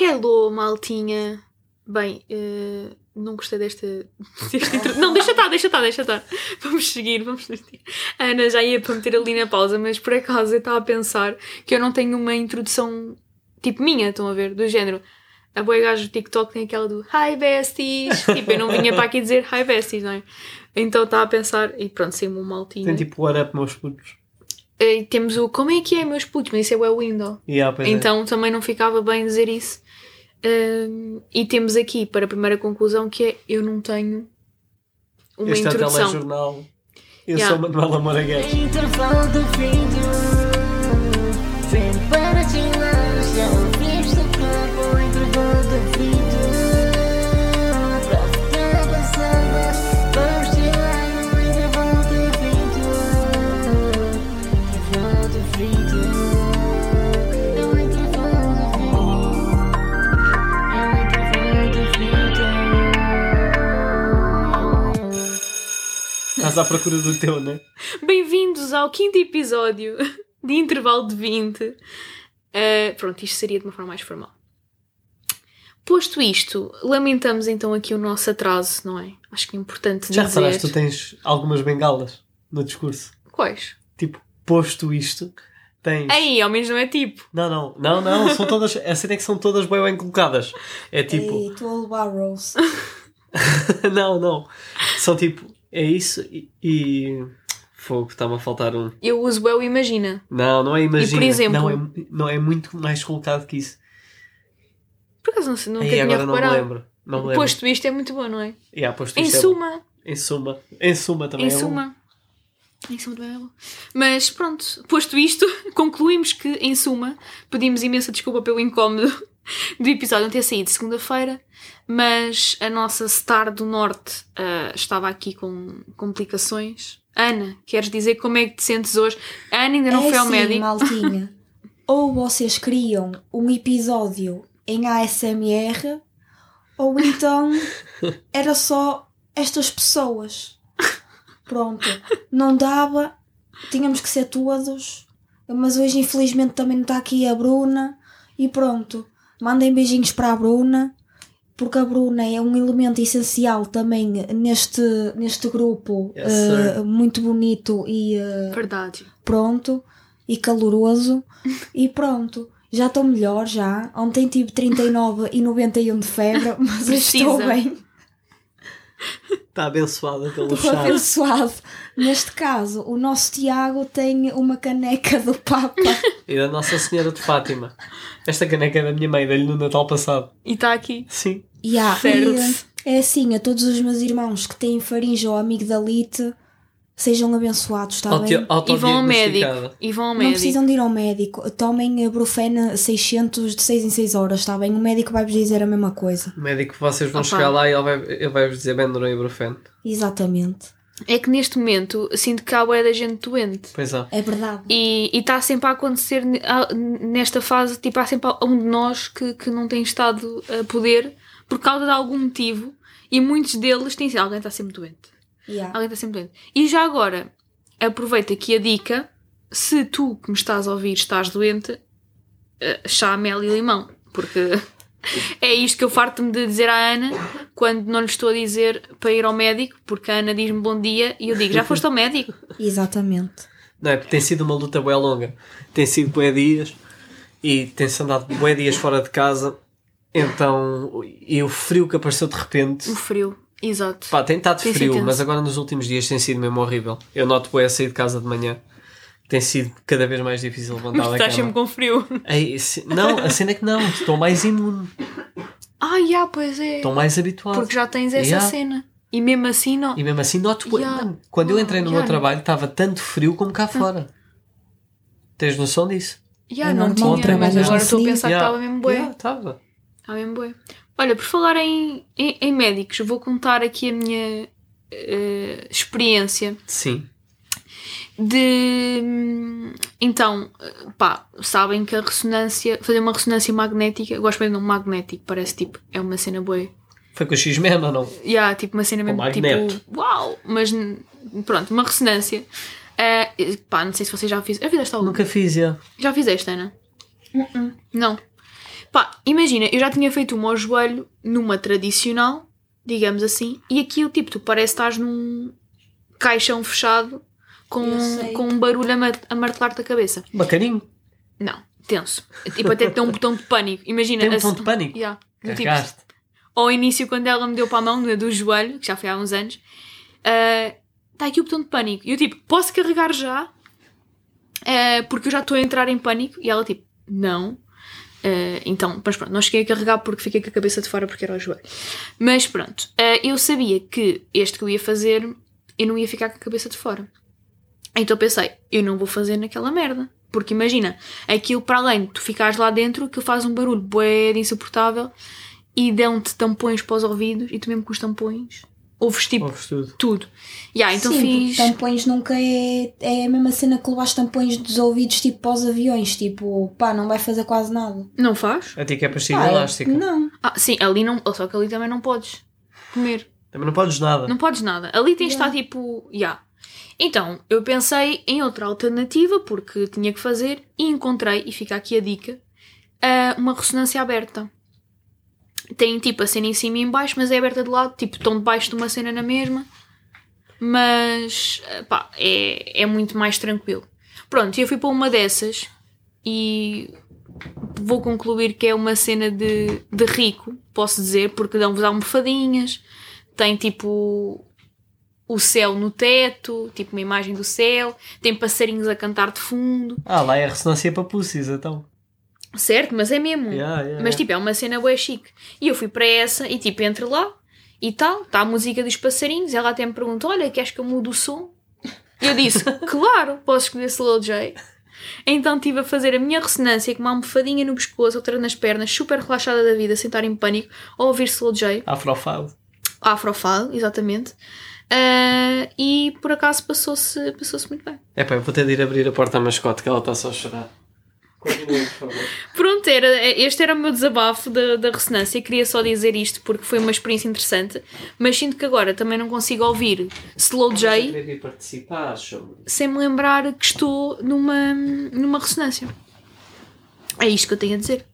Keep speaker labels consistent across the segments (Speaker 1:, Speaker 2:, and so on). Speaker 1: Hello, maltinha. Bem, eh, não gostei desta. desta intro- Não, deixa estar, deixa estar, deixa estar. Vamos seguir, vamos seguir. A Ana já ia para meter ali na pausa, mas por acaso eu estava a pensar que eu não tenho uma introdução tipo minha, estão a ver? Do género. A boia gajo do TikTok tem aquela do Hi besties. Tipo, eu não vinha para aqui dizer Hi besties, não é? Então estava a pensar, e pronto, saiu-me um maltinho.
Speaker 2: Tem tipo what up, meus putos.
Speaker 1: Eh, temos o Como é que é, meus putos? Mas isso é o window.
Speaker 2: Yeah, pois é.
Speaker 1: Então também não ficava bem dizer isso. Hum, e temos aqui para a primeira conclusão que é eu não tenho uma
Speaker 2: este é o
Speaker 1: introdução.
Speaker 2: telejornal. Eu
Speaker 1: Yeah.
Speaker 2: sou o Manuela Moraguete.
Speaker 3: Intervalo do vídeo Sempre para te um lançar Viste como o intervalo do vídeo Pra ficar passada Vamos tirar no intervalo do vídeo Intervalo do vídeo É o intervalo do vídeo É o intervalo do vídeo
Speaker 2: Estás à procura do teu, né?
Speaker 1: Bem-vindos ao quinto episódio de intervalo de 20. Uh, pronto, isto seria de uma forma mais formal. Posto isto, lamentamos então aqui o nosso atraso, não é? Acho que é importante
Speaker 2: Já
Speaker 1: dizer.
Speaker 2: reparás, que tu tens algumas bengalas no discurso.
Speaker 1: Quais?
Speaker 2: Tipo, posto isto, tens.
Speaker 1: Aí, ao menos não é tipo.
Speaker 2: Não, não, não, não, são todas. A cena é que são todas bem, bem colocadas. É tipo.
Speaker 4: Ei, estou a levar Rose.
Speaker 2: não, não. São tipo, é isso e. e... Fogo, está-me a faltar um.
Speaker 1: Eu uso o eu imagina.
Speaker 2: Não, não é imagina.
Speaker 1: exemplo?
Speaker 2: Não é, não é muito mais colocado que isso.
Speaker 1: Por acaso não sei, nunca
Speaker 2: Aí
Speaker 1: tinha
Speaker 2: agora não me
Speaker 1: Um reparado.
Speaker 2: lembro. Não me lembro.
Speaker 1: Posto isto é muito bom, não é?
Speaker 2: Yeah, posto
Speaker 1: em
Speaker 2: isto é bom.
Speaker 1: suma,
Speaker 2: Em suma. Em suma também
Speaker 1: Em
Speaker 2: é bom.
Speaker 1: suma. Em suma também é bom. Mas pronto, posto isto, concluímos que, em suma, pedimos imensa desculpa pelo incómodo do episódio não ter saído segunda-feira, mas a nossa Star do Norte ah, estava aqui com complicações. Ana, queres dizer como é que te sentes hoje? A Ana ainda não
Speaker 4: é
Speaker 1: foi ao
Speaker 4: assim,
Speaker 1: médico.
Speaker 4: maltinha. ou vocês criam um episódio em ASMR, ou então era só estas pessoas. Pronto. Não dava, tínhamos que ser todos, mas hoje infelizmente também não está aqui a Bruna. E pronto, mandem beijinhos para a Bruna, porque a Bruna é um elemento essencial também neste, neste grupo
Speaker 2: Yes, sir.
Speaker 4: eh, muito bonito e eh,
Speaker 1: É Verdade.
Speaker 4: pronto e caloroso e pronto. Já estou melhor já. Ontem tive 39 e 91 de febre, mas eu estou
Speaker 1: Precisa.
Speaker 4: bem.
Speaker 2: Está tá abençoada pelo
Speaker 4: Estou
Speaker 2: chá.
Speaker 4: abençoado. Neste caso, o nosso Tiago tem uma caneca do Papa.
Speaker 2: E da Nossa Senhora de Fátima. Esta caneca é da minha mãe, dei-lhe no Natal passado.
Speaker 1: E está aqui.
Speaker 2: Sim.
Speaker 4: Ya,
Speaker 1: Certo.
Speaker 4: E, é assim, a todos os meus irmãos que têm faringe ou amigdalite, sejam abençoados, está bem?
Speaker 2: Auto-
Speaker 1: Tá E vão ao médico.
Speaker 2: autodiagnosticada.
Speaker 1: E vão ao
Speaker 4: Não
Speaker 1: médico.
Speaker 4: precisam de ir ao médico. Tomem a Brufena 600 de 6 em 6 horas, está bem? O médico vai-vos dizer a mesma coisa.
Speaker 2: O médico, vocês vão
Speaker 1: Opa.
Speaker 2: chegar lá e ele vai- ele vai-vos dizer Benadryl e Ibuprofeno.
Speaker 4: Exatamente.
Speaker 1: É que neste momento sinto que há bué da gente doente.
Speaker 2: Pois é.
Speaker 4: É verdade.
Speaker 1: E está sempre a acontecer ne- a- nesta fase, tipo, há sempre um de nós que, que não tem estado a poder por causa de algum motivo e muitos deles têm sido. Alguém está sempre doente.
Speaker 4: Yeah.
Speaker 1: Alguém está sempre doente. E já agora, aproveita aqui a dica: se tu que me estás a ouvir estás doente, eh, chá, mel e limão. Porque é isto que eu farto-me de dizer à Ana quando não lhe estou a dizer para ir ao médico, porque a Ana diz-me bom dia e eu digo: já foste ao médico?
Speaker 4: Exatamente.
Speaker 2: Não é? Porque tem sido uma luta bué longa. Tem sido bué dias e tem-se andado bué dias fora de casa. Então, e o frio que apareceu de repente.
Speaker 1: O frio. Exato.
Speaker 2: Pá, tem estado
Speaker 1: Tem sido
Speaker 2: frio,
Speaker 1: é tenso.
Speaker 2: mas agora nos últimos dias tem sido mesmo horrível. Eu noto bué a sair de casa de manhã. Tem sido cada vez mais difícil levantar da
Speaker 1: Estás
Speaker 2: cama.
Speaker 1: sempre com frio.
Speaker 2: Ei, se- não, a cena é que não, estou mais imune,
Speaker 1: Ah, já, pois é.
Speaker 2: estou mais habituado.
Speaker 1: Porque já tens essa
Speaker 2: Yeah.
Speaker 1: cena. E mesmo assim, não.
Speaker 2: E mesmo assim noto.
Speaker 1: Ya.
Speaker 2: Mano, Quando eu entrei no meu
Speaker 1: Ya.
Speaker 2: trabalho estava tanto frio como cá fora. Tens noção disso?
Speaker 1: Yeah,
Speaker 4: É
Speaker 1: não
Speaker 4: normal,
Speaker 1: tinha, mas
Speaker 4: trabalhas no
Speaker 1: agora estou a
Speaker 4: frio.
Speaker 1: pensar que
Speaker 2: Ya.
Speaker 1: estava mesmo bué.
Speaker 2: Ya, Estava.
Speaker 1: Estava mesmo bué. Olha, por falar em, em, em médicos, eu vou contar aqui a minha eh, experiência
Speaker 2: Sim.
Speaker 1: de. hum, Então, eh, pá, sabem que a ressonância. Fazer uma ressonância magnética. eu Gosto bem de um magnético, parece tipo. É uma cena bué.
Speaker 2: Foi com o X-Men ou não?
Speaker 1: Yeah, tipo uma cena
Speaker 2: Com
Speaker 1: mesmo
Speaker 2: magneto.
Speaker 1: tipo. Uau! Mas n- pronto, uma ressonância. Eh, eh, pá, não sei se vocês já fizeram. Já fizeste alguma?
Speaker 2: Nunca fiz, já.
Speaker 4: Uh-uh.
Speaker 1: Já fizeste, Ana? Não. Pá, imagina, eu já tinha feito uma ao joelho numa tradicional, digamos assim, e aquilo, tipo, tu parece que estás num caixão fechado com,
Speaker 4: Eu sei.
Speaker 1: com um barulho a, ma- a martelar-te a cabeça.
Speaker 2: Bacaninho.
Speaker 1: Não, tenso. Tipo, até te dá um botão de pânico. Imagina.
Speaker 2: Tem um
Speaker 1: a-
Speaker 2: botão de pânico.
Speaker 1: Yeah. Do tipo,
Speaker 2: Carregaste.
Speaker 1: ao início, quando ela me deu para a mão, na do joelho, que já foi há uns anos, está "Ah, tá aqui o botão de pânico. E eu tipo, posso carregar já? Ah, porque eu já estou a entrar em pânico. E ela tipo, não. Ah, então, mas pronto, não cheguei a carregar porque fiquei com a cabeça de fora porque era o joelho. Mas pronto, ah, eu sabia que este que eu ia fazer, eu não ia ficar com a cabeça de fora. Então pensei, eu não vou fazer naquela merda. Porque imagina, aquilo para além de tu ficares lá dentro, aquilo faz um barulho bué de insuportável e dão-te tampões para os ouvidos e tu mesmo com os tampões ouves tipo
Speaker 2: Ouves tudo.
Speaker 1: tudo.
Speaker 2: Ah,
Speaker 1: Yeah, então
Speaker 4: Sim, porque
Speaker 1: fiz.
Speaker 4: tampões nunca é, é a mesma cena que levar os tampões dos ouvidos tipo para os aviões, tipo, pá, não vai fazer quase nada.
Speaker 1: Não faz?
Speaker 2: A ti que é pastilha
Speaker 4: Pá,
Speaker 2: elástica.
Speaker 4: Não.
Speaker 1: Ah, sim, ali não. Só que ali também não podes comer.
Speaker 2: Também não podes nada.
Speaker 1: Não podes nada. Ali tens de
Speaker 4: Yeah.
Speaker 1: estar tipo. Ya. Então, eu pensei em outra alternativa porque tinha que fazer e encontrei, e fica aqui a dica, ah, uma ressonância aberta. Tem tipo a cena em cima e em baixo, mas é aberta de lado, tipo, estão debaixo de uma cena na mesma. Mas, ah, pá, é, é muito mais tranquilo. Pronto, e eu fui para uma dessas e vou concluir que é uma cena de, de rico, posso dizer, porque dão-vos almofadinhas, tem tipo o céu no teto, tipo uma imagem do céu, tem passarinhos a cantar de fundo,
Speaker 2: Ah, lá é a ressonância para pussies, então.
Speaker 1: certo? Mas é mesmo.
Speaker 2: Yeah, yeah,
Speaker 1: Mas
Speaker 2: yeah.
Speaker 1: tipo, é uma cena bué chique. E eu fui para essa e tipo, entro lá e tal, está a música dos passarinhos, ela até me pergunta, olha, queres que eu mude o som? E eu disse, claro, posso escolher Slow J. Então estive a fazer a minha ressonância com uma almofadinha no pescoço, outra nas pernas, super relaxada da vida, sem estar em pânico, a ouvir Slow J.
Speaker 2: Afrofado.
Speaker 1: Afrofado, exatamente. Ah, e por acaso passou-se passou muito bem.
Speaker 2: É pá, eu vou ter de ir abrir a porta à mascote que ela está só a chorar. Continue, por favor.
Speaker 1: Pronto, era, este era o meu desabafo da, da ressonância. Queria só dizer isto porque foi uma experiência interessante, mas sinto que agora também não consigo ouvir Slow J
Speaker 2: querer ir participar, chamo.
Speaker 1: sem me lembrar que estou numa, numa ressonância. É isto que eu tenho a dizer.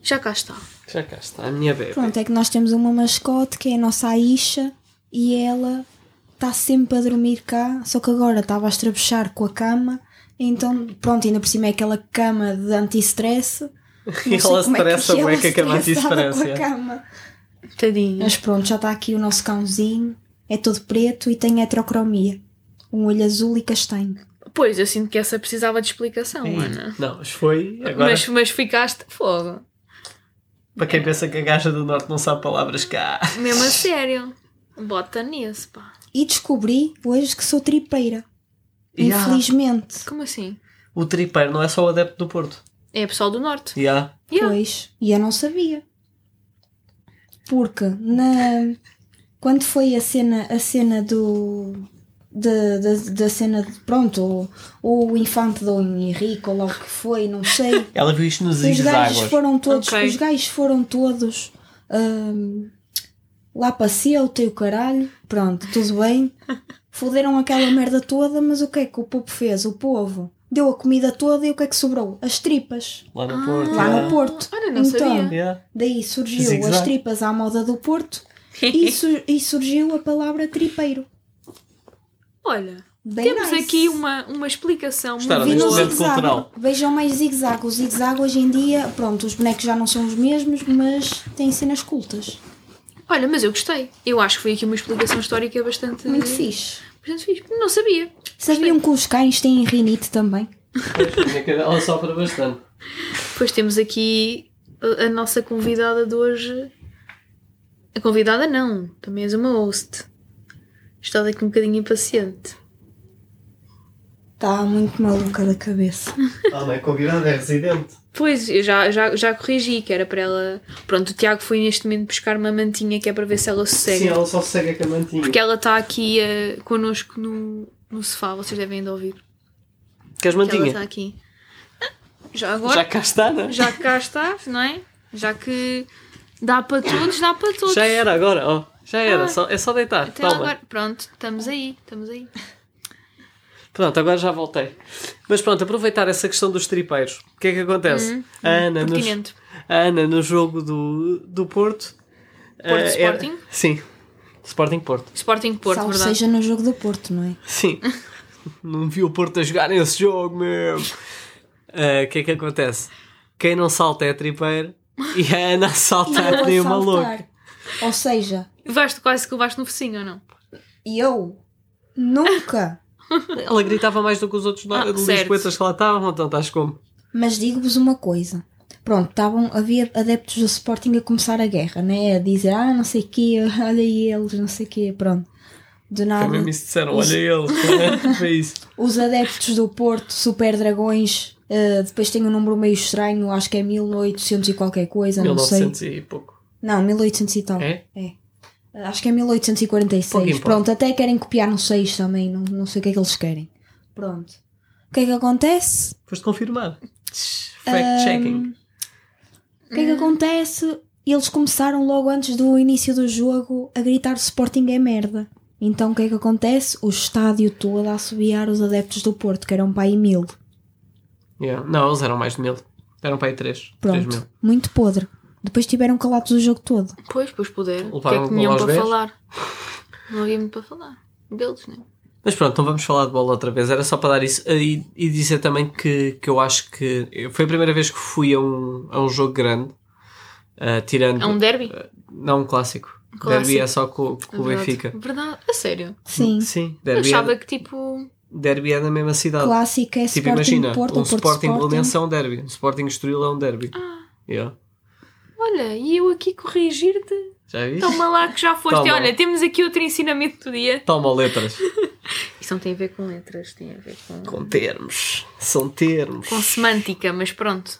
Speaker 1: Já cá está.
Speaker 2: Já cá está, a minha bebê.
Speaker 4: Pronto, é que nós temos uma mascote que é a nossa Aisha e ela está sempre a dormir cá, só que agora estava a estrabuchar com a cama, então pronto, ainda por cima é aquela cama de anti-stress.
Speaker 2: E ela
Speaker 4: é
Speaker 2: stressa bué que a cama
Speaker 4: estressada com
Speaker 2: anti-stress,
Speaker 4: a
Speaker 2: é.
Speaker 4: cama.
Speaker 1: Tadinha.
Speaker 4: Mas pronto, já está aqui o nosso cãozinho, é todo preto e tem heterocromia, um olho azul e castanho.
Speaker 1: Pois, eu sinto que essa precisava de explicação, Ana.
Speaker 2: Não, mas foi. Agora,
Speaker 1: Mas, mas ficaste fogo.
Speaker 2: para quem pensa que a gaja do Norte não sabe palavras cá.
Speaker 1: Mesmo a sério. Bota nisso, pá.
Speaker 4: E descobri hoje que sou tripeira,
Speaker 2: Ya.
Speaker 4: infelizmente.
Speaker 1: Como assim?
Speaker 2: O tripeiro não é só o adepto do Porto.
Speaker 1: É pessoal do norte.
Speaker 2: Ya.
Speaker 1: Yeah.
Speaker 4: Pois, e eu não sabia. Porque na quando foi a cena, a cena do da, da, da cena de pronto, o, o infante Dom Henrique, ou lá o que foi, não sei.
Speaker 2: Ela viu isto nos
Speaker 4: Os gajos
Speaker 2: águas.
Speaker 4: foram todos,
Speaker 1: Ok.
Speaker 4: os gajos foram todos hum, lá para Ceuta e o caralho. Pronto, tudo bem. Foderam aquela merda toda, mas o que é que o povo fez? O povo deu a comida toda e o que é que sobrou? As tripas.
Speaker 2: Lá no Porto.
Speaker 4: Ah, Lá
Speaker 2: ya.
Speaker 4: no Porto.
Speaker 1: Ah. Olha, não
Speaker 4: então,
Speaker 1: sabia.
Speaker 2: Ya.
Speaker 4: Daí surgiu
Speaker 2: Zig-zag.
Speaker 4: as tripas à moda do Porto e, su- e surgiu a palavra tripeiro.
Speaker 1: Olha.
Speaker 4: Bem
Speaker 1: Temos
Speaker 4: nice.
Speaker 1: aqui uma, uma explicação. muito
Speaker 2: Gostaram
Speaker 4: Vi
Speaker 2: deste
Speaker 4: no
Speaker 1: boa.
Speaker 2: momento
Speaker 4: zig-zag.
Speaker 2: um cultural.
Speaker 4: Vejam mais zig-zag. O zig-zag hoje em dia, pronto, os bonecos já não são os mesmos, mas têm cenas cultas.
Speaker 1: Olha, mas eu gostei. Eu acho que foi aqui uma explicação histórica bastante,
Speaker 4: Muito fixe.
Speaker 1: bastante fixe. Não sabia.
Speaker 4: Sabiam que os cães têm rinite também?
Speaker 2: Ela sopra bastante.
Speaker 1: Depois temos aqui a, a nossa convidada de hoje. A convidada não, também és uma host. Está daqui um bocadinho impaciente.
Speaker 4: Está Tá muito maluca da cabeça.
Speaker 2: Ela não é convidada, é residente.
Speaker 1: Pois, eu já, já, já corrigi que era para ela. Pronto, o Tiago foi neste momento buscar uma mantinha que é para ver se ela sossega.
Speaker 2: ela só segue a mantinha.
Speaker 1: Porque ela está aqui eh, connosco no, no sofá, vocês devem ainda ouvir.
Speaker 2: Queres
Speaker 1: Que ela
Speaker 2: mantinha?
Speaker 1: está aqui. Ah, Já agora.
Speaker 2: Já cá está, não é?
Speaker 1: já que cá estás, não é? Já que dá para todos, dá para todos.
Speaker 2: Já era agora, ó. Já era,
Speaker 1: Ah.
Speaker 2: só, é só deitar.
Speaker 1: Até
Speaker 2: Toma.
Speaker 1: agora. Pronto, estamos aí, estamos aí.
Speaker 2: Pronto, agora já voltei. Mas pronto, aproveitar essa questão dos tripeiros. O que é que acontece? a Ana nos,
Speaker 1: Uhum. Pertinente.
Speaker 2: a Ana no jogo do, do Porto.
Speaker 1: Porto
Speaker 2: eh, era-
Speaker 1: Sporting?
Speaker 2: Sim. Sporting Porto.
Speaker 1: Sporting Porto,
Speaker 4: Salvo
Speaker 1: verdade.
Speaker 4: seja no jogo do Porto, não é?
Speaker 2: Sim. não vi o Porto a jogar nesse jogo mesmo. Ah, O que é que acontece? Quem não salta é tripeiro e a Ana
Speaker 4: E
Speaker 2: salta
Speaker 4: eu
Speaker 1: é
Speaker 2: nem
Speaker 4: a
Speaker 2: uma louca.
Speaker 4: saltar. Ou seja,
Speaker 1: Levaste quase que levaste no focinho, ou não?
Speaker 4: eu nunca.
Speaker 2: Ela gritava mais do que os outros
Speaker 1: Ah,
Speaker 2: ah,
Speaker 1: certo.
Speaker 2: lisboetas que lá estavam, então estás como?
Speaker 4: Mas digo-vos uma coisa. Pronto, estavam, havia adeptos do Sporting a começar a guerra, né? A dizer, ah, não sei o quê, olha aí eles, não sei o quê, pronto. Do nada,
Speaker 2: Também me disseram,
Speaker 4: Os-
Speaker 2: olha ele, foi isso.
Speaker 4: os adeptos do Porto, Super Dragões, eh, depois tem um número meio estranho, acho que é 1800 e qualquer coisa, não sei.
Speaker 2: 1900 e pouco.
Speaker 4: Não, 1800 e tal.
Speaker 2: É?
Speaker 4: Acho que é 1846.
Speaker 2: Pouco importa.
Speaker 4: Pronto, até querem copiar no 6 também, não, não sei o que é que eles querem. Pronto. O que é que acontece?
Speaker 2: Foste confirmar. Fact-checking.
Speaker 4: O que é que acontece? Eles começaram logo antes do início do jogo a gritar Sporting é merda. Então o que é que acontece? O estádio todo a assobiar os adeptos do Porto, que eram pai e mil.
Speaker 2: Yeah. Não, eles eram mais de mil. Eram para aí três. Três mil.
Speaker 4: Pronto, muito podre. Depois tiveram calados o jogo todo.
Speaker 1: Pois, pois puder. O que é
Speaker 2: Levaram
Speaker 1: que tinham
Speaker 2: aos
Speaker 1: para
Speaker 2: dez?
Speaker 1: falar? Não havia muito para falar. Deles, né?
Speaker 2: Mas pronto, não vamos falar de bola outra vez. Era só para dar isso. eh, E, e dizer também que, que eu acho que. Foi a primeira vez que fui a um, a um jogo grande. ah, tirando.
Speaker 1: É um derby?
Speaker 2: Não um clássico.
Speaker 1: Clássico.
Speaker 2: Derby é só com, com o
Speaker 1: Verdade.
Speaker 2: Benfica.
Speaker 1: Verdade, a sério.
Speaker 4: Sim.
Speaker 2: Sim,
Speaker 1: Eu
Speaker 2: derby
Speaker 1: achava
Speaker 2: é,
Speaker 1: que tipo.
Speaker 2: derby é na mesma cidade.
Speaker 4: Clássico é
Speaker 2: Tipo,
Speaker 4: Sporting
Speaker 2: imagina,
Speaker 4: Porto,
Speaker 2: um
Speaker 4: ou Porto
Speaker 2: Sporting
Speaker 4: Sporting.
Speaker 2: Belenense é um derby. Um Sporting Estoril é um derby. Yeah.
Speaker 1: "Ah, Olha, e eu aqui corrigir-te?
Speaker 2: Já viste?
Speaker 4: Então,
Speaker 2: Toma.
Speaker 1: Toma lá que já foste.
Speaker 2: Toma.
Speaker 1: Olha, temos aqui outro ensinamento do dia.
Speaker 2: letras.
Speaker 1: Isso não tem a ver com letras, tem a ver com.
Speaker 2: Com termos. São termos.
Speaker 1: com semântica, mas pronto.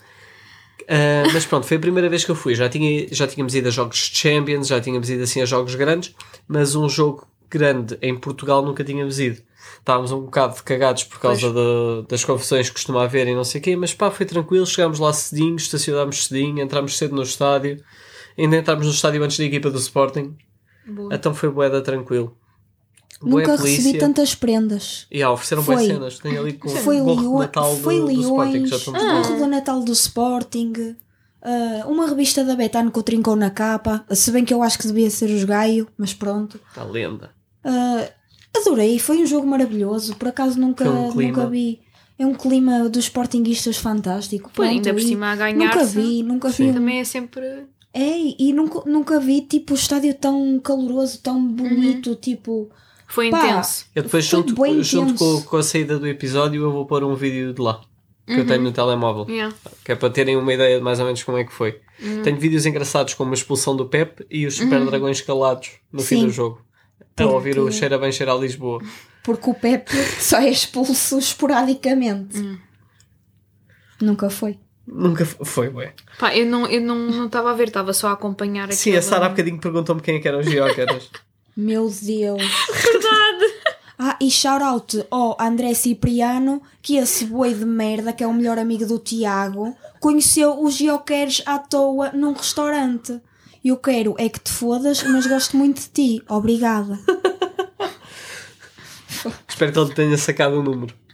Speaker 2: Uh, mas pronto, foi a primeira vez que eu fui. Já, tinha, já tínhamos ido a jogos de Champions, já tínhamos ido assim a jogos grandes, mas um jogo grande em Portugal nunca tínhamos ido. Estávamos um bocado cagados por causa da- das confusões que costuma haver e não sei o quê, mas pá, foi tranquilo. Chegámos lá cedinho, estacionámos cedinho, entrámos cedo no estádio. Ainda entrámos no estádio antes da equipa do Sporting.
Speaker 1: Boa.
Speaker 2: Então foi boeda tranquilo. Bué
Speaker 4: Nunca recebi
Speaker 2: polícia.
Speaker 4: tantas prendas.
Speaker 2: E ah, ofereceram boas
Speaker 4: Foi.
Speaker 2: cenas. Tem ali com
Speaker 4: foi
Speaker 2: o gorro de
Speaker 4: Leo-
Speaker 2: Natal do,
Speaker 4: foi
Speaker 2: do Sporting. que
Speaker 4: Leões,
Speaker 2: Já
Speaker 4: Ah. o
Speaker 2: estamos
Speaker 4: gorro do Natal do Sporting, ah, uma revista da Betano que o trincou na capa, se bem que eu acho que devia ser os Gaio, mas pronto.
Speaker 2: A lenda.
Speaker 4: Ah, adorei, foi um jogo maravilhoso, por acaso nunca,
Speaker 2: Foi um clima.
Speaker 4: nunca vi. É um clima dos Sportinguistas fantástico.
Speaker 1: Pois,
Speaker 4: pronto,
Speaker 1: ainda por
Speaker 4: e
Speaker 1: cima a né? ganhar.
Speaker 4: Nunca vi, nunca vi. um-
Speaker 1: Também é sempre.
Speaker 4: É, e nunca, nunca vi tipo o estádio tão caloroso, tão bonito,
Speaker 1: Uhum.
Speaker 4: tipo.
Speaker 1: Foi
Speaker 4: Pá.
Speaker 1: intenso.
Speaker 2: Eu depois,
Speaker 4: Foi
Speaker 2: junto,
Speaker 4: bem
Speaker 2: junto com,
Speaker 4: intenso.
Speaker 2: com a saída do episódio, eu vou pôr um vídeo de lá que
Speaker 4: Uhum.
Speaker 2: eu tenho no telemóvel,
Speaker 1: Yeah.
Speaker 2: que é para terem uma ideia de mais ou menos como é que foi.
Speaker 4: Uhum.
Speaker 2: Tenho vídeos engraçados como a expulsão do Pep e os super dragões calados no fim
Speaker 4: Sim.
Speaker 2: do jogo. A
Speaker 4: Porque-
Speaker 2: ouvir o Cheira Bem Cheira a Lisboa.
Speaker 4: Porque o Pepe só é expulso esporadicamente.
Speaker 1: Hum.
Speaker 4: Nunca foi.
Speaker 2: Nunca f- foi, ué.
Speaker 1: Pá, eu não estava não, não estava a ver, estava só a acompanhar aqui.
Speaker 2: Sim, a Sara há bocadinho perguntou-me quem é que eram os Geócaras.
Speaker 4: Meu Deus. Verdade. Ah, e shout-out ao André Cipriano, que esse boi de merda, que é o melhor amigo do Tiago, conheceu os Jokeres à toa num restaurante. Eu quero é que te fodas, mas gosto muito de ti. Obrigada.
Speaker 2: Espero que ele tenha sacado o número.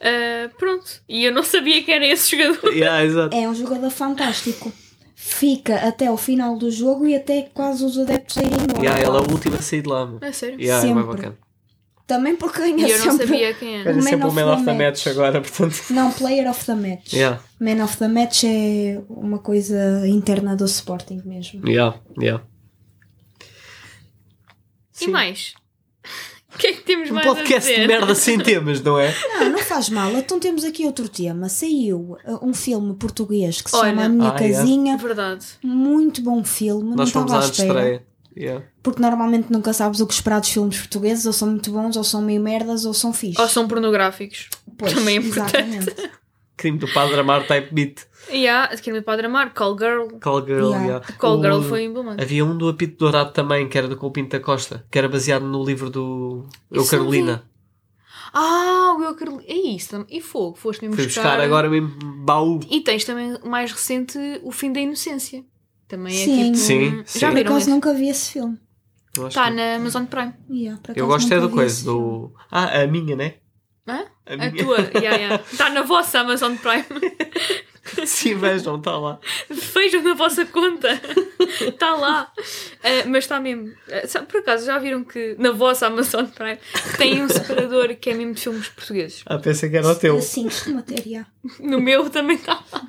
Speaker 1: Ah, pronto. E eu não sabia que era esse jogador.
Speaker 2: Yeah, exato.
Speaker 4: É um jogador fantástico. Fica até o final do jogo e até quase os adeptos irem embora.
Speaker 2: Yeah, ela é a última a sair de lá. meu.
Speaker 1: É sério.
Speaker 2: Yeah, é bem
Speaker 4: Sempre.
Speaker 2: bacana.
Speaker 4: Também porque
Speaker 1: E
Speaker 4: ganha
Speaker 1: eu não
Speaker 4: sempre...
Speaker 1: sabia quem era.
Speaker 2: Era
Speaker 4: Man
Speaker 2: sempre o
Speaker 4: of
Speaker 2: Man
Speaker 4: the
Speaker 2: of the
Speaker 4: Match.
Speaker 2: Match agora, portanto.
Speaker 4: Não, player of the match.
Speaker 2: Yeah,
Speaker 4: Man of the match é uma coisa interna do Sporting mesmo.
Speaker 2: yeah, yeah.
Speaker 1: E mais? O que é que temos
Speaker 2: Um
Speaker 1: mais a
Speaker 2: podcast
Speaker 1: dizer?
Speaker 2: de merda sem temas, não é?
Speaker 4: Não, não faz mal. Então temos aqui outro tema. Saiu uh, um filme português que se
Speaker 1: Olha.
Speaker 4: chama A Minha
Speaker 2: Ah, é.
Speaker 4: Casinha.
Speaker 1: Verdade.
Speaker 4: Muito bom filme.
Speaker 2: Nós
Speaker 4: não
Speaker 2: fomos à
Speaker 4: estava à espera.
Speaker 2: estreia. Yeah.
Speaker 4: Porque normalmente nunca sabes o que esperar dos filmes portugueses. Ou são muito bons, ou são meio merdas, ou são fixe.
Speaker 1: Ou são pornográficos.
Speaker 4: Pois,
Speaker 1: também é importante.
Speaker 4: Exatamente.
Speaker 2: Crime do Padre Amar Type Beat.
Speaker 1: Yeah, aquele Padre Amar, Call Girl.
Speaker 2: Call Girl.
Speaker 4: Yeah.
Speaker 2: yeah.
Speaker 1: Call
Speaker 2: O-
Speaker 1: Girl foi em Belmonte.
Speaker 2: Havia um do Apito Dourado também, que era do Colpinto da Costa, que era baseado no livro do Eu
Speaker 1: Isso não
Speaker 2: Carolina.
Speaker 1: Ah, o Eu Carolina. É isso. tam- E fogo, foste mesmo
Speaker 2: Fui buscar agora mesmo baú.
Speaker 1: E tens também mais recente O Fim da Inocência. Também é
Speaker 4: Sim.
Speaker 1: tipo.
Speaker 2: Sim,
Speaker 1: Já
Speaker 2: sim.
Speaker 4: Por
Speaker 1: viram
Speaker 4: acaso
Speaker 1: esse?
Speaker 4: nunca vi esse filme.
Speaker 2: Eu, acho
Speaker 1: Está Tá
Speaker 2: que-
Speaker 1: na Amazon Prime.
Speaker 4: Yeah, por
Speaker 2: Eu
Speaker 4: acaso
Speaker 2: gosto é
Speaker 4: nunca
Speaker 2: da
Speaker 4: vi esse
Speaker 2: coisa,
Speaker 4: filme.
Speaker 2: do. Ah, a minha, né?
Speaker 1: Hã?
Speaker 2: A
Speaker 1: A
Speaker 2: minha.
Speaker 1: Tá tua, yeah, yeah. Está na vossa Amazon Prime.
Speaker 2: Sim, vejam, está lá.
Speaker 1: Vejam na vossa conta. Está lá. Ah, mas está mesmo. Ah, sabe, por acaso, já viram que na vossa Amazon Prime tem um separador que é mesmo de filmes portugueses?
Speaker 2: Ah, pensei que era o teu.
Speaker 4: Assim, costuma ter, já.
Speaker 1: No meu também está lá.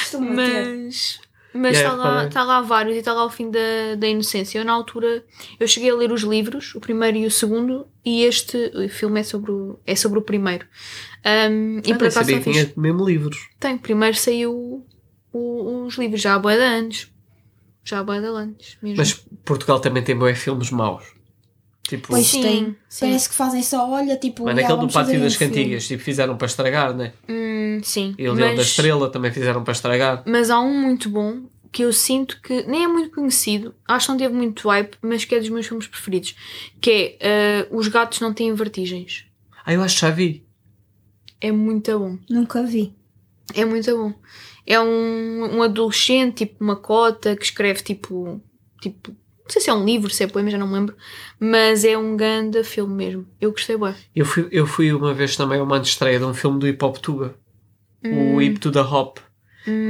Speaker 4: Costuma ter.
Speaker 1: Mas. Mas
Speaker 2: Yeah,
Speaker 1: está lá,
Speaker 2: reparei.
Speaker 1: tá lá vários e está lá o fim da, da inocência. Eu, na altura, eu cheguei a ler os livros, o primeiro e o segundo, e este filme é sobre o, é sobre o primeiro. Ahm, e
Speaker 2: Eu
Speaker 1: por
Speaker 2: nem
Speaker 1: acaso
Speaker 2: sabia
Speaker 1: é só
Speaker 2: que
Speaker 1: fiz-
Speaker 2: tinha mesmo livros.
Speaker 1: Tem, primeiro saiu o- os livros, já há boa de anos. Já há boa de anos mesmo.
Speaker 2: Mas Portugal também tem bué filmes maus. Tipo,
Speaker 4: Pois
Speaker 1: Sim,
Speaker 4: tem.
Speaker 1: sim.
Speaker 4: Parece que fazem só, olha, tipo.
Speaker 2: mano,
Speaker 4: já,
Speaker 2: aquele do
Speaker 4: vamos fazer
Speaker 2: Pátio das
Speaker 4: um filme.
Speaker 2: Cantigas, tipo, fizeram para estragar, né?
Speaker 1: Hum, sim.
Speaker 2: E é o Leão da
Speaker 1: mas,
Speaker 2: Estrela também fizeram para estragar.
Speaker 1: mas há um muito bom que eu sinto que nem é muito conhecido, acho que não teve muito hype, mas que é dos meus filmes preferidos, que é ah, Os Gatos Não Têm Vertigens.
Speaker 2: Ah, eu acho que já vi.
Speaker 1: É muito bom.
Speaker 4: Nunca vi.
Speaker 1: É muito bom. É um, um adolescente, tipo uma cota, que escreve tipo. tipo não sei se é um livro, se é poema, já não me lembro. Mas é um grande filme mesmo. Eu gostei bem.
Speaker 2: Eu fui, eu fui uma vez também a uma estreia de um filme do Hip Hop Tuga.
Speaker 1: Hum.
Speaker 2: O Hip to the Hop.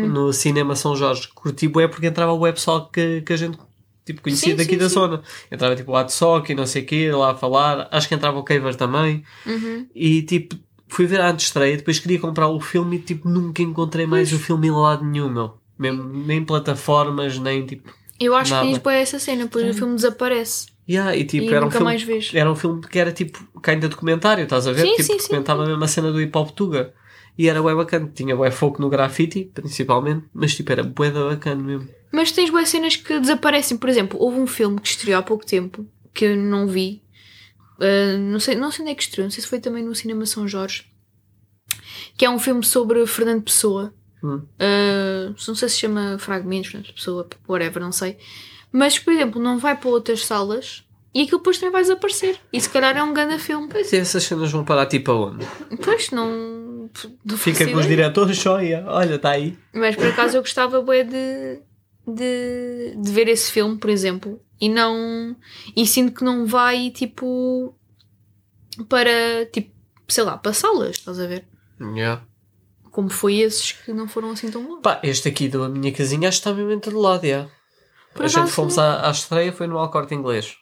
Speaker 2: No Cinema São Jorge. Curti bué porque entrava o pessoal que, que a gente tipo, conhecia
Speaker 1: Sim,
Speaker 2: daqui
Speaker 1: sim,
Speaker 2: da
Speaker 1: sim.
Speaker 2: zona. Entrava tipo o Adsock e não sei o quê, lá a falar. Acho que entrava o Caver também.
Speaker 1: Uhum.
Speaker 2: E tipo, fui ver a estreia, depois queria comprar o filme e tipo, nunca encontrei mais o filme em lado nenhum, meu. Mesmo, nem plataformas, nem tipo.
Speaker 1: Eu acho
Speaker 2: Nada.
Speaker 1: que depois essa cena, depois o filme desaparece.
Speaker 2: Yeah, e tipo,
Speaker 1: E
Speaker 2: era um
Speaker 1: nunca
Speaker 2: filme,
Speaker 1: mais vês.
Speaker 2: Era um filme que era tipo ainda documentário, estás a ver?
Speaker 1: Sim,
Speaker 2: tipo,
Speaker 1: sim, sim.
Speaker 2: documentava mesmo a cena do hip hop tuga. E era bué bacana, tinha bué foco no graffiti, principalmente, mas tipo, era bué da bacana mesmo.
Speaker 1: Mas tens boas cenas que desaparecem. Por exemplo, houve um filme que estreou há pouco tempo, que eu não vi. Ah, não, sei, não sei onde é que estreou, não sei se foi também no Cinema São Jorge. Que é um filme sobre Fernando Pessoa.
Speaker 2: Hum.
Speaker 1: Uh, não sei se chama fragmentos, né, de pessoa, whatever, não sei. Mas, por exemplo, não vai para outras salas e aquilo depois também vai desaparecer. E se calhar é um grande filme.
Speaker 2: Pois é, essas cenas vão parar tipo aonde?
Speaker 1: Pois, não. não
Speaker 2: Fica
Speaker 1: faço
Speaker 2: com os
Speaker 1: ideia.
Speaker 2: diretores só e olha, está aí.
Speaker 1: Mas por acaso eu gostava bué, de, de, de ver esse filme, por exemplo, e não. E sinto que não vai tipo. para tipo, sei lá, para salas, estás a ver?
Speaker 2: Yeah.
Speaker 1: Como foi esses que não foram assim tão bons.
Speaker 2: Pá, este aqui da minha casinha acho que está mesmo em todo lado, yeah.
Speaker 1: Por
Speaker 2: a gente
Speaker 1: acaso,
Speaker 2: fomos à, à estreia, foi no Alcorte Inglês.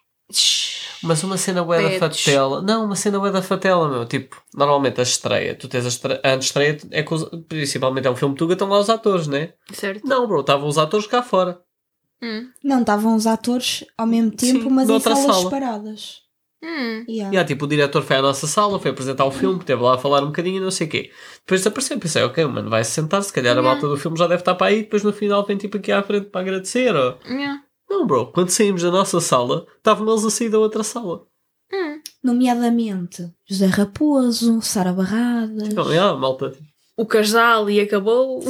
Speaker 2: Mas uma cena bué da
Speaker 1: Pets.
Speaker 2: fatela. Não, uma cena bué da fatela, meu. Tipo, normalmente a estreia, tu tens a estreia, a estreia é com os- principalmente é um filme tuga, estão lá os atores, né?
Speaker 1: Certo?
Speaker 2: Não, bro, estavam os atores cá fora.
Speaker 1: Hum.
Speaker 4: Não, estavam os atores ao mesmo tempo,
Speaker 2: Sim,
Speaker 4: mas em
Speaker 2: noutra
Speaker 4: salas
Speaker 2: sala.
Speaker 4: separadas.
Speaker 1: Hum.
Speaker 2: E há, tipo, o diretor foi à nossa sala, foi apresentar o filme, esteve lá a falar um bocadinho e não sei o quê. Depois desapareceu, pensei, ok, mano, vai-se sentar, se calhar a malta do filme já deve estar para aí, depois no final vem tipo aqui à frente para agradecer. Ou...
Speaker 1: Yeah.
Speaker 2: Não, bro, quando saímos da nossa sala, estavam eles a sair da outra sala.
Speaker 1: hum.
Speaker 4: Nomeadamente José Raposo, Sara Barradas.
Speaker 2: Então, yeah, malta,
Speaker 1: O casal e acabou.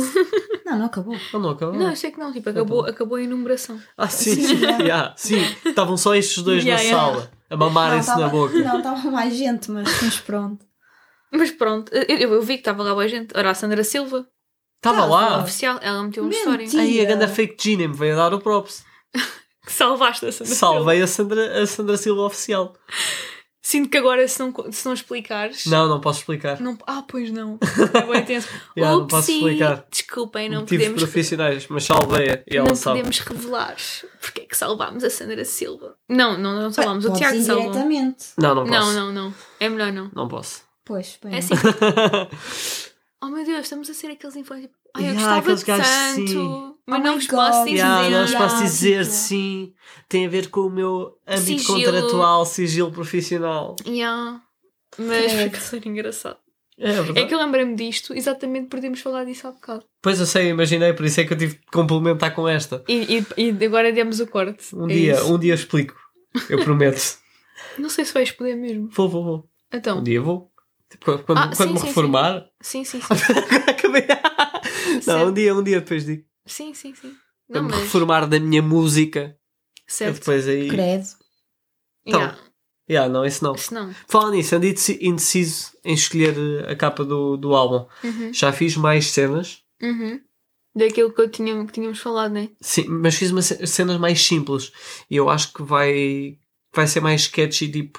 Speaker 4: Não, não acabou.
Speaker 2: não, não acabou.
Speaker 1: Não, eu sei que não, tipo, acabou, acabou a enumeração.
Speaker 2: Ah, sim,
Speaker 4: Sim,
Speaker 2: sim,
Speaker 4: yeah.
Speaker 2: yeah, sim. Estavam só estes dois
Speaker 1: Yeah,
Speaker 2: na
Speaker 1: yeah.
Speaker 2: sala, a mamarem-se
Speaker 4: não,
Speaker 2: na
Speaker 4: tava-
Speaker 2: boca.
Speaker 4: Não, estava mais gente, mas, mas pronto.
Speaker 1: Mas pronto, eu, eu- eu vi que estava lá boa gente. Ora, a Sandra Silva,
Speaker 2: Estava lá.
Speaker 1: oficial, ela meteu uma
Speaker 4: Mentira.
Speaker 1: história.
Speaker 2: Aí a ganda fake Gina me veio dar o props.
Speaker 1: Que salvaste a Sandra Silva.
Speaker 2: Salvei a Sandra, a Sandra Silva oficial.
Speaker 1: Sinto que agora, se não, co- se não explicares.
Speaker 2: Não, não posso explicar.
Speaker 1: não- ah, pois não. É bem intenso.
Speaker 2: Yeah, não posso
Speaker 1: Upsi,
Speaker 2: explicar.
Speaker 1: Desculpem, não
Speaker 2: Motivos
Speaker 1: podemos.
Speaker 2: profissionais, mas salvei-a e
Speaker 1: Não
Speaker 2: ela sabe.
Speaker 1: podemos revelar porque é que salvámos a Sandra Silva. Não, não, não salvámos. O
Speaker 4: Podes
Speaker 1: Tiago salvou.
Speaker 4: indiretamente.
Speaker 2: Não, não posso.
Speaker 1: Não, não, não. É melhor não.
Speaker 2: Não posso.
Speaker 4: Pois, bem.
Speaker 1: É assim. oh meu Deus, estamos a ser aqueles infantes. tipo, Ai, eu
Speaker 2: Yeah,
Speaker 1: gostava
Speaker 2: aqueles
Speaker 1: de
Speaker 2: gajos,
Speaker 1: tanto,
Speaker 2: sim.
Speaker 1: mas
Speaker 4: Oh
Speaker 1: não
Speaker 4: my
Speaker 1: vos posso
Speaker 4: God.
Speaker 1: dizer.
Speaker 2: Yeah, não os
Speaker 4: Yeah,
Speaker 2: posso dizer
Speaker 4: tipo-
Speaker 2: sim. Tem a ver com o meu âmbito
Speaker 1: Sigilo.
Speaker 2: contratual, sigilo profissional.
Speaker 1: Yeah. Mas
Speaker 4: Credo.
Speaker 1: fica super engraçado.
Speaker 2: É verdade.
Speaker 1: É que eu lembrei-me disto exatamente por termos falado disso há bocado.
Speaker 2: Pois eu sei, imaginei, por isso é que eu tive de complementar com esta.
Speaker 1: E, e- e agora demos o corte.
Speaker 2: Um
Speaker 1: É
Speaker 2: dia,
Speaker 1: isso.
Speaker 2: um dia eu explico. Eu prometo.
Speaker 1: Não sei se vais poder mesmo.
Speaker 2: vou, vou, vou. Um
Speaker 1: Então,
Speaker 2: dia vou. Tipo, Quando,
Speaker 1: Ah,
Speaker 2: quando
Speaker 1: sim,
Speaker 2: me
Speaker 1: sim,
Speaker 2: reformar.
Speaker 1: sim, sim, sim.
Speaker 2: Acabei. Não, um
Speaker 1: Certo.
Speaker 2: dia, um dia depois digo.
Speaker 1: Sim, sim, sim. Não,
Speaker 2: Quando me
Speaker 1: mas.
Speaker 2: reformar da minha música. Eu
Speaker 1: Certo.
Speaker 2: depois aí.
Speaker 4: Credo.
Speaker 2: Então.
Speaker 1: Yeah.
Speaker 2: Yeah, não, isso não.
Speaker 1: Se não.
Speaker 2: Falando nisso, andei deci- indeciso em escolher eh, a capa do, do álbum.
Speaker 1: Uhum.
Speaker 2: Já fiz mais cenas.
Speaker 1: Uhum. Daquilo que, eu tinha, que tínhamos falado, né?
Speaker 2: Sim, mas fiz umas ce- cenas mais simples. E eu acho que vai, vai ser mais catchy, tipo,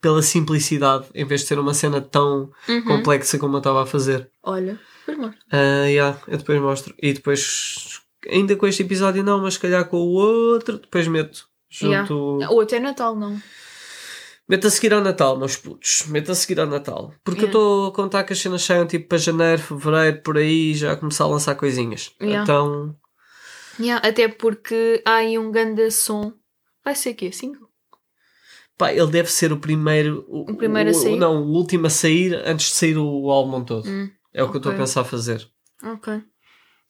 Speaker 2: pela simplicidade, em vez de ser uma cena tão
Speaker 1: Uhum.
Speaker 2: complexa como eu estava a fazer.
Speaker 1: Olha. Depois mostro.
Speaker 2: Ah, yeah, eu depois mostro. E depois, ainda com este episódio não, mas se calhar com o outro, depois meto.
Speaker 1: Yeah.
Speaker 2: Junto.
Speaker 1: Ou até é Natal, não.
Speaker 2: Meto a seguir ao Natal, meus putos. Meto a seguir ao Natal. Porque eu
Speaker 1: Yeah.
Speaker 2: estou a contar que as cenas saiam tipo para janeiro, fevereiro, por aí, já começar a lançar coisinhas.
Speaker 1: Yeah.
Speaker 2: Então,
Speaker 1: Yeah, até porque há aí um grande som. Vai ser o quê? 5?
Speaker 2: pá, ele deve ser o primeiro.
Speaker 1: O primeiro a sair?
Speaker 2: Não, o último a sair antes de sair o álbum todo.
Speaker 1: Hum,
Speaker 2: É o que eu estou a
Speaker 1: ok.
Speaker 2: pensar fazer.
Speaker 1: ok.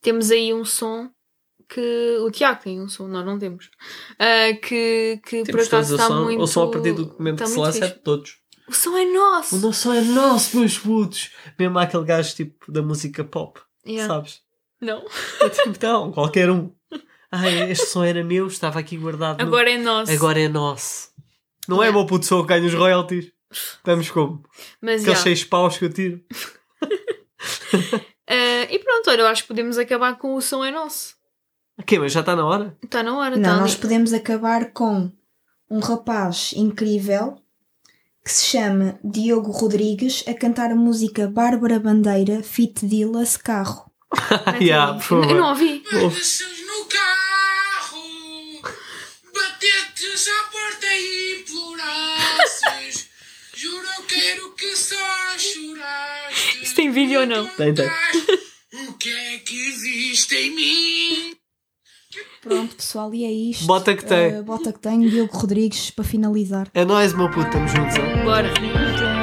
Speaker 1: Temos aí um som que. O Tiago tem um som, nós não temos. Ah, que que por
Speaker 2: Temos Tipo, todos
Speaker 1: acaso
Speaker 2: o
Speaker 1: está
Speaker 2: som,
Speaker 1: muito.
Speaker 2: ou só a partir do documento
Speaker 1: está
Speaker 2: que se
Speaker 1: muito
Speaker 2: lança é
Speaker 1: fixe.
Speaker 2: de todos.
Speaker 1: O som é nosso!
Speaker 2: O nosso é nosso, meus putos. Mesmo há aquele gajo tipo da música pop,
Speaker 1: Yeah.
Speaker 2: sabes?
Speaker 1: Não.
Speaker 2: É tipo, não, qualquer um. Ai, este som era meu, estava aqui guardado. no-
Speaker 1: Agora é nosso.
Speaker 2: Agora é nosso. Não é
Speaker 1: Yeah.
Speaker 2: meu puto, sou eu que ganho os royalties. Estamos como?
Speaker 1: Mas
Speaker 2: Aqueles
Speaker 1: yeah.
Speaker 2: seis paus que eu tiro.
Speaker 1: Ah, e pronto, olha, eu acho que podemos acabar com o som é nosso.
Speaker 2: Ok, mas já está na hora?
Speaker 1: Está na hora, está
Speaker 4: Não, nós
Speaker 1: ali.
Speaker 4: podemos acabar com um rapaz incrível que se chama Diogo Rodrigues a cantar a música Bárbara Bandeira Fit Dillas Carro.
Speaker 1: Mete
Speaker 2: yeah,
Speaker 1: aí.
Speaker 2: por
Speaker 1: N-
Speaker 2: favor.
Speaker 1: não ouvi.
Speaker 2: Ouve.
Speaker 5: Deixas no carro, batentes à porta e implorasses. Juro eu quero que só choraste.
Speaker 1: Isso tem vídeo ou não?
Speaker 2: Tem, tem.
Speaker 5: O que é que existe em mim?
Speaker 4: Pronto, pessoal, e é isto.
Speaker 2: Bota que tem.
Speaker 4: Eh, bota que tem, Diogo Rodrigues, para finalizar.
Speaker 2: É nóis, meu puto, estamos juntos. hein?
Speaker 1: Bora.